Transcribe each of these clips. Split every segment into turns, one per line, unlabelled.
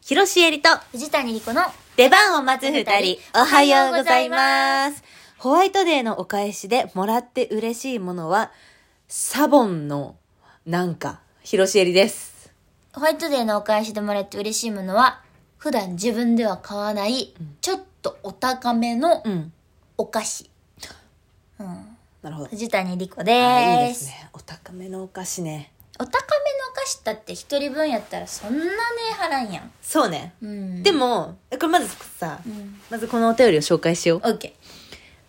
広しえりと
藤谷莉子の
出番を待つ二人、おはようございます。ホワイトデーのお返しでもらって嬉しいものは、サボンのなんか、広しえりです。
ホワイトデーのお返しでもらって嬉しいものは普段自分では買わない、ちょっとお高めの
うん。
お菓子
なるほど。
藤谷莉
あ
子
いい
で
ですすね。お高めのお菓子ね。
お高めのお菓子だって一人分やったらそんなね払んやん
そうね。
うん
でも、えこれまずさ、
うん
まずこのお便りを紹介しよう。
OK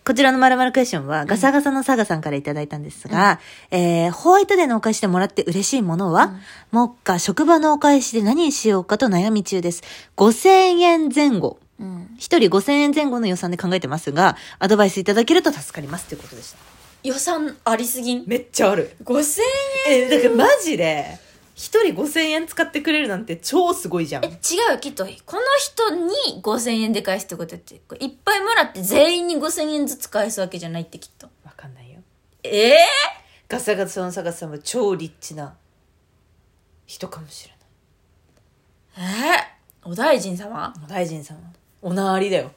こちらのまるまるクエスチョンは、ガサガサのサガさんからいただいたんですが、えー、ホワイトデーのお返しでもらって嬉しいものは、目下職場のお返しで何にしようかと悩み中です。5000円前後。
うん
一人5000円前後の予算で考えてますが、アドバイスいただけると助かりますということでした。
予算ありすぎん
めっちゃある。
5000
えー、だからマジで、一人5000円使ってくれるなんて超すごいじゃ
え違うよきっとこの人に5000円で返すってことやってこれいっぱいもらって全員に5000円ずつ返すわけじゃないってきっと
わかんないよ。
ええ
ガサガサのサガさんは超リッチな人かもしれない。
えーお大臣様
大臣さんは。おなわりだよ。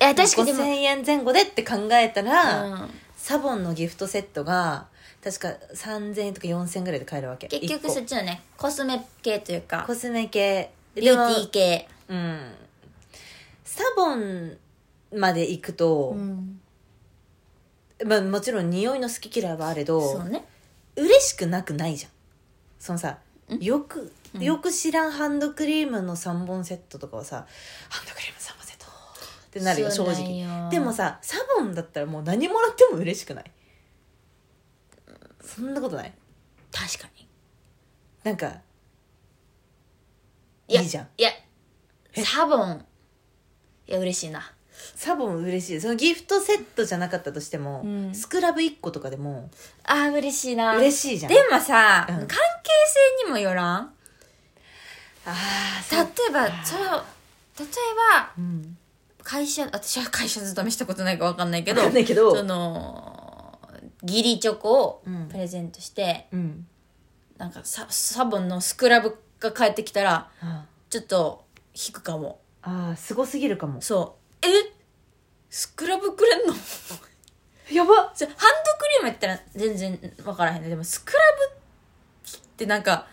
え確かにで
5000
も、
円前後でって考えたら、
うん
サボンのギフトセットが確か3000円とか4000円ぐらいで買えるわけ
結
一
局
個
そっちのねコスメ系というか
コスメ系
ビューティー
ー
系
うんサボンまで行くと、
ん
まあ、もちろん匂いの好き嫌いはあれ
そ
ど、
うね
嬉しくなくないじゃんそのさよくよく知らんハンドクリームの3本セットとかはさハンドクリーム3本セットってなるよ
そ
正
うなんよ
直でもさサボンだったらもう何もらっても嬉しくないそんなことない
確かに
なんかい
や
いじゃん
いやサボンいや嬉しいな
サボン嬉しいそのギフトセットじゃなかったとしても、
うん
スクラブ1個とかでも
あー嬉しいな
嬉しいじゃん
でもさ、
うん
関係性にもよらん
ああ
例えばそれを例えば
うん
会社私は会社勤めしたことないか分かんないけど
わかんないけど
その義理チョコを
うん
プレゼントして、
うん
なんかササボンのスクラブが帰ってきたら
あ
ちょっと引くかも
あすごすぎるかも
そうえスクラブくれんの
やば
じゃハンドクリームやったら全然分からへんねでもスクラブってなんか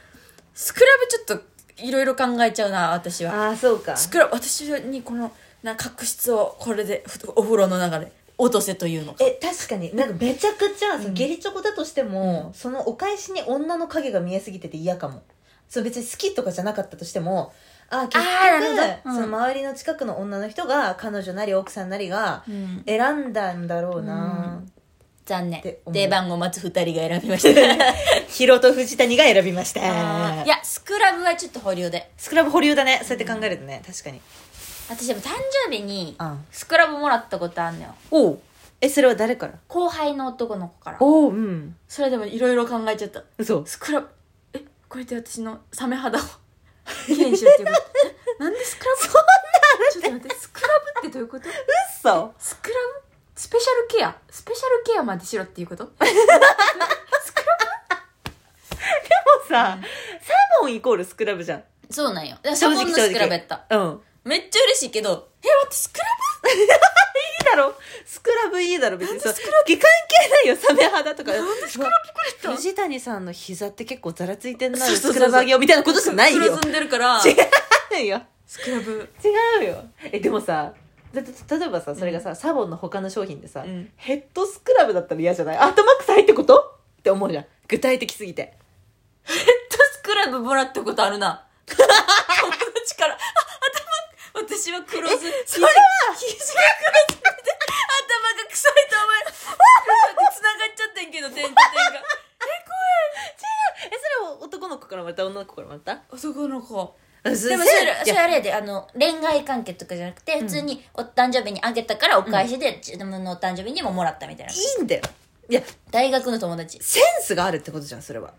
スクラブちょっといろいろ考えちゃうな私は
ああそうか
スクラブ私にこのな角質をこれでふお風呂の中で落とせというのか
え確かになんかめちゃくちゃ、その
うん
ゲリチョコだとしても、そのお返しに女の影が見えすぎてて嫌かもそう別に好きとかじゃなかったとしてもああ結
あーなる
局
ほどうん
その周りの近くの女の人が彼女なり奥さんなりが
うん
選んだんだろうな、
残念
って思う
出番を待つ2人が選びました
ヒロと藤谷が選びました
あーいやスクラブはちょっと保留で
スクラブ保留だねそうやって考えるとね、確かに
私でも誕生日に
うん
スクラブもらったことあんのよ
おうえそれは誰から
後輩の男の子から
おううん
それでもいろいろ考えちゃった
嘘
スクラブえこれって私のサメ肌を 研修っていうことえなんでスクラブそんなちょっと待ってスクラブってどういうこと
嘘
スクラブスペシャルケアスペシャルケアまでしろっていうこと
もさ、サボンイコールスクラブじゃん
そうなんよ。だから
正
サボ
直
ンの
正直
スクラブやった。
うん
めっちゃ嬉しいけど、え、待って、スクラ
いいだろスクラブいいだろ別にさ関係ないよサメ肌とかスクラブ
た
藤谷さんの膝って結構ざらついてんな
そうそうそう
スクラブあげようみたいなことじゃないよ
ブ黒ずんでるから、
違うよ
スクラブ。
違うよえでもさだって例えばさそれがさ、サボンの他の商品でさ、
うん
ヘッドスクラブだったら嫌じゃないアットマックス入ってことって思うじゃん具体的すぎて
ヘッドスクラブもらったことある な。友達から、あ、頭、私は黒ずん。それは肘が黒ずんで、頭が臭いと思い、繋がっちゃってんけど、点と点 が。
えそれは男の子からもらった女の子からもらった
男の子。
でも
でもそれそれあれやであの恋愛関係とかじゃなくて普通にお誕生日にあげたからお返しで自分のお誕生日にももらったみたいない
いんだよいや
大学の友達
センスがあるってことじゃんそれは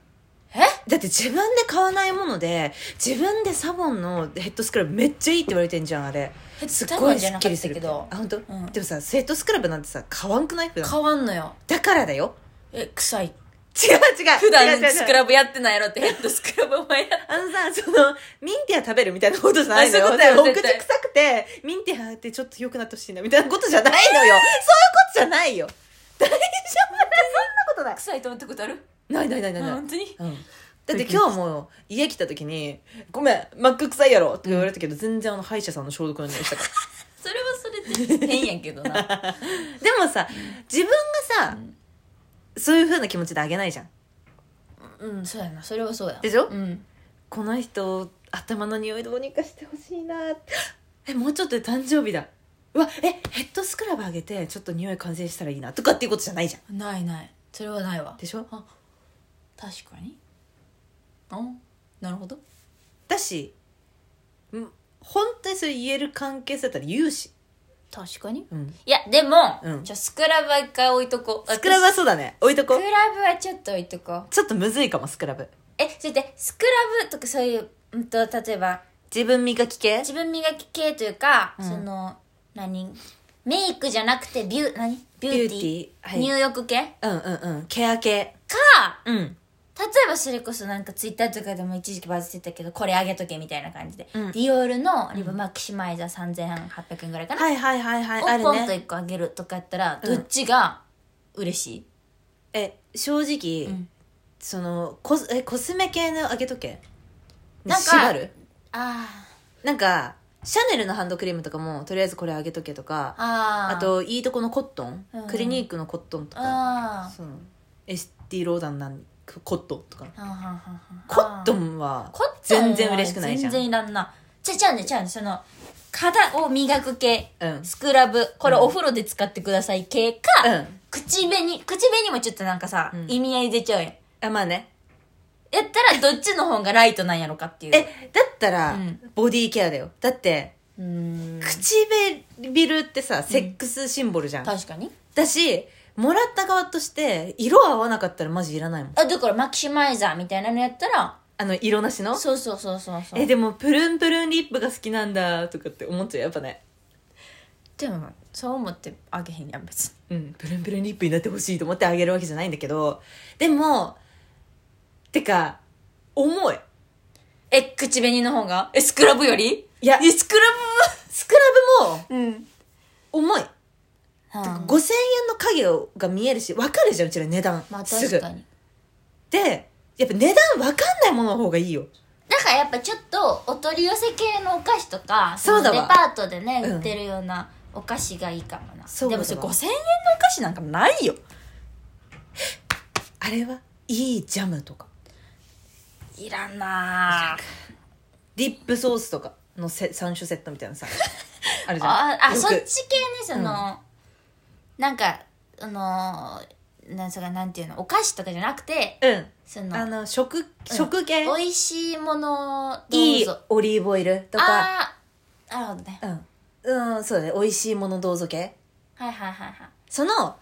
え
だって自分で買わないもので自分でサボンのヘッドスクラブめっちゃいいって言われてんじゃんあれ
ヘッド
す
ス
っ
クラブ
ごい
じ
す
ゃ
っ
な
き
か
り
っ
す
た
る
けど
あ本当、
うん
でもさヘッドスクラブなんてさ買わんくない普段
変わんのよ
だからだよ
え臭い
違違う違う。
普
違う違う違
段
う
スクラブやってないやろってヘッドスクラブお前 や
あのさ、その、ミンティア食べるみたいなことじゃないのよ。
あそういうことだよ
でお口
絶対
臭くて、ミンティアってちょっと良くなってほしいなみたいなことじゃないのよ。そういうことじゃないよ。大丈夫だよそんなことない。
臭いと思ったことある
ないないないない
あ
ない。
本当に
うんだって今日も家来た時に「ごめんマック臭いやろ」って言われたけど、全然あの歯医者さんの消毒の匂いしたか
それはそれで変やけどな
らでもさ自分がさ、そういうふうな気持ちであげないじゃん
うんそうやなそれはそうや
でしょ
うん
この人頭の匂いどうにかしてほしいなってえもうちょっとで誕生日だうわえヘッドスクラブあげてちょっと匂い完成したらいいなとかっていうことじゃないじゃん
ないないそれはないわ
でしょ
あ確かにあなるほど
だしうん本当にそれ言える関係性だったら言うし、
確かに
うん、
いやでも、
うん
じゃあスクラブは一回置いとこう
スクラブはそうだね置いとこ
私
う
スクラブはちょっと置いとこう
ちょっとむずいかもスクラブ
えそれでスクラブとかそういううんと例えば
自分磨き系
自分磨き系というか、
うん
その何メイクじゃなくてビュー何ビュ
ビュー
ーティー
ティーはい
入浴系
うんうんうんケア系
か
うん
例えばそれこそなんかツイッターとかでも一時期バズってたけどこれあげとけみたいな感じで、
うん
ディオールのリブマキシマイザー3800円ぐらいかな、
はいはいはいはいあ
をポ
る
ンと
ね
1個あげるとかやったら、
うん
どっちが嬉しい
え正直、
うん
そのコスえコスメ系のあげとけ
なんか
縛る
あ
なんかシャネルのハンドクリームとかもとりあえずこれあげとけとかあ
ああー
といいとこのコットン、
うん
クリニークのコットンとか
あー
そのエスティローダンなんコットンとか
はんはんはんはん
コットンは
コットンは
全然嬉しくないじゃん
全然いらんなちゃちゃうねちゃうねその肩を磨く系
うん
スクラブこれ
うん
お風呂で使ってください系か、
うん
口紅口紅もちょっとなんかさ、
うん
意味合い出ちゃうやん
あまあね
やったらどっちの方がライトなんやろかっていう
えだったら、
うん
ボディケアだよだって
うーん
唇ってさセックスシンボルじゃん、
確かに
だしもらった側として色合わなかったらマジいらないもん
あだからマキシマイザーみたいなのやったら
あの色なしの
そうそうそうそうそう
えでもプルンプルンリップが好きなんだとかって思っちゃうやっぱね
でもそう思ってあげへんやん別に
うんプルンプルンリップになってほしいと思ってあげるわけじゃないんだけどでもてか重い
え口紅の方がえスクラブより
いや
えスクラ
スクラブも
ブうん
重い
はあ
5000円の影が見えるし分かるじゃんうちら値段、
まあ
すぐ
確かに
でやっぱ値段分かんないものの方がいいよ
だからやっぱちょっとお取り寄せ系のお菓子とか
そうだわ
のデパートでね
うん
売ってるようなお菓子がいいかもな、
そうだ
で
わ
もそれ5000円のお菓子なんかないよ
あれはいいジャムとか
いらんなあ
ディップソースとかのせ3種セットみたいな さあるじゃん
あ
よ
あ
く
そっち系ねその、なんかあのーなんそれなんていうのお菓子とかじゃなくて
うん
その
あの食食系、
美味しいものをどうぞ
いいオリーブオイルとか
ああなるほどね
うん、うん、そうだね美味しいものどうぞ系
はいはいはいはい
その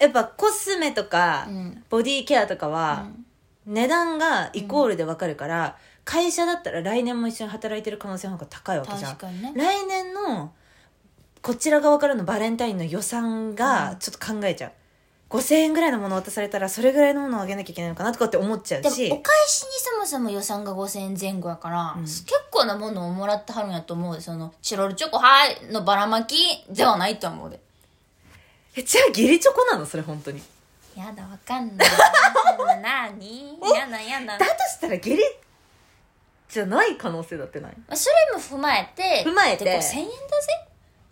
やっぱコスメとか、
うん
ボディケアとかは
う、ん
値段がイコールでわかるから、会社だったら来年も一緒に働いてる可能性の方が高いわけじゃん
確かにね
来年のこちら側からのバレンタインの予算がちょっと考えちゃう、5000円ぐらいのもの渡されたらそれぐらいのものをあげなきゃいけないのかなとかって思っちゃう
でも
し
お返しにそもそも予算が5000円前後やから、
うん
結構なものをもらってはるんやと思うでそのチロルチョコはいのばらまきではないと思うで
えじゃあ義理チョコなのそれ本当に
やだわかんないそんななにやなやな
だとしたら義理じゃない可能性だってない
まあそれも踏まえて
踏まえて
で5000円だぜ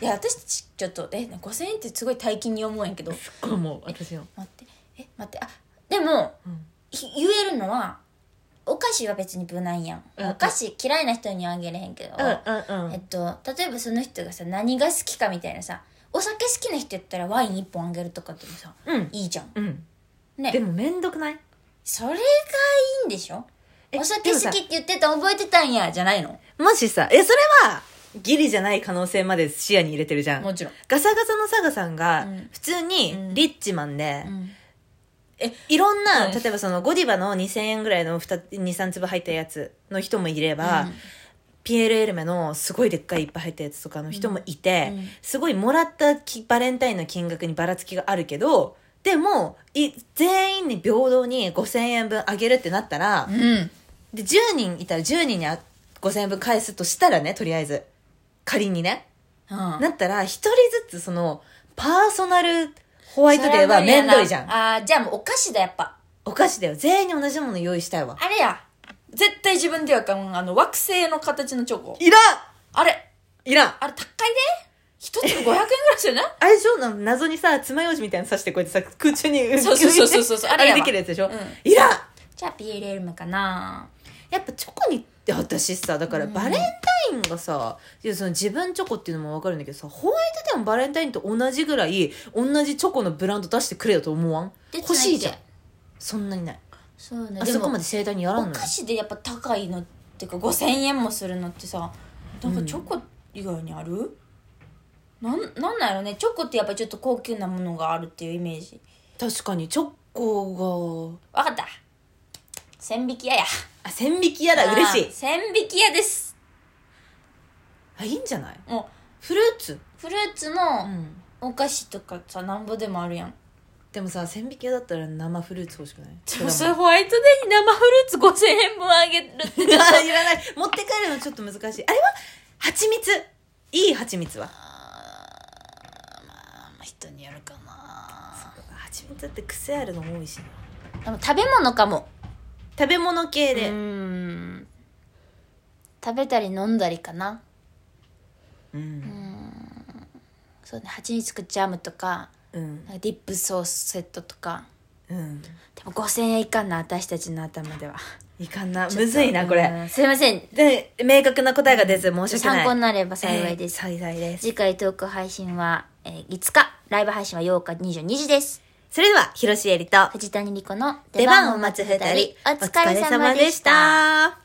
いや私たちちょっとえ5000円ってすごい大金に思うんやけど
すっごいもう私の
待ってえ待ってあでも
うん
ひ言えるのはお菓子は別に無難やん、
うん
お菓子嫌いな人にはあげれへんけど、
うんうんう
えっ
ん
と、例えばその人がさ何が好きかみたいなさお酒好きな人やったらワイン1本あげるとかでもさ
うん
いいじゃん
うんで
ね
も面倒くない
それがいいんでしょ
え
お酒
でもさ
好きって言ってた覚えてたんやじゃないの
もしさえそれは義理じゃない可能性まで視野に入れてるじゃん
もちろん、
ガサガサのサガさんが
うん
普通にリッチマンで、
うん
いろんな、
うん
例えばそのゴディバの2000円ぐらいの23粒入ったやつの人もいれば、
うん
ピエール・エルメのすごいでっかいいっぱい入ったやつとかの人もいて、
うん
すごいもらったきバレンタインの金額にばらつきがあるけどでもい全員に平等に5000円分あげるってなったら、
うん。
で10人いたら10人にあ5000円分返すとしたらねとりあえず仮にねな
な
ったら1人ずつそのパーソナルホワイトデーはめんどいじゃん
ああー、じゃあもうお菓子だ、やっぱ。
お菓子だよ全員に同じもの用意したいわ
あれや。絶対自分ではかん、あの、惑星の形のチョコ。
いらん
あれ、
いらん
あれ高いで一つ500円ぐら いするね。
あれでしょなんか謎にさ爪楊枝みたいなの刺してこうやってさ空中に浮
そうそうそうそ
浮
うそう
いてあれ
あれやわ
できるやつでしょ、
う
いらん
じゃあ PLM かな
やっぱチョコにって私さだからバレンタインがさ、いやその自分チョコっていうのも分かるんだけどさホワイトデーもバレンタインと同じぐらい同じチョコのブランド出してくれよと思わん
で
欲しいじゃん
つないで
そんなにない
そうね。
あ
で
そこま
も、
で盛大にやら
お
んのよ
菓子でやっぱ高いのってか5000円もするのってさ、なんかチョコ以外にある、なん、なんなんやろね。チョコってやっぱちょっと高級なものがあるっていうイメージ。
確かにチョコ
わかった。千匹屋 や。
があ千匹やだ嬉し
あー
い
千匹屋です。
あいいんじゃない
も
フルーツ
う、フルーツ
う
の
ん
お菓子とかさ、なんぼでもあるやん。
でもさ千匹屋だったら生フルーツ欲しくない
でもそ
果
れ
物
ホワイトデーに生フルーツ5000円分あげるってちょっと
あ いらない持って帰るのちょっと難しいあれは蜂蜜いい蜂蜜は
まあ人によるかな
蜂蜜だって癖あるの多いしな
でも食べ物かも
食べ物系
う
で、
ーん食べたり飲んだりかな
うん
そうね蜂蜜つくジャムとか
うん
なんかディップソースセットとか
うん
でも5000円いかんな私たちの頭ではい
かんな むずいなこれ
うんすいません
で明確な答えが出ず申し訳ない
参考になれば幸いです、
えー最大です
次回トーク配信は、えー5日ライブ配信は8日22時です
それでは広瀬えりと
藤谷莉子の
出番を待つ二人
お疲れ様でした
お疲れ様でした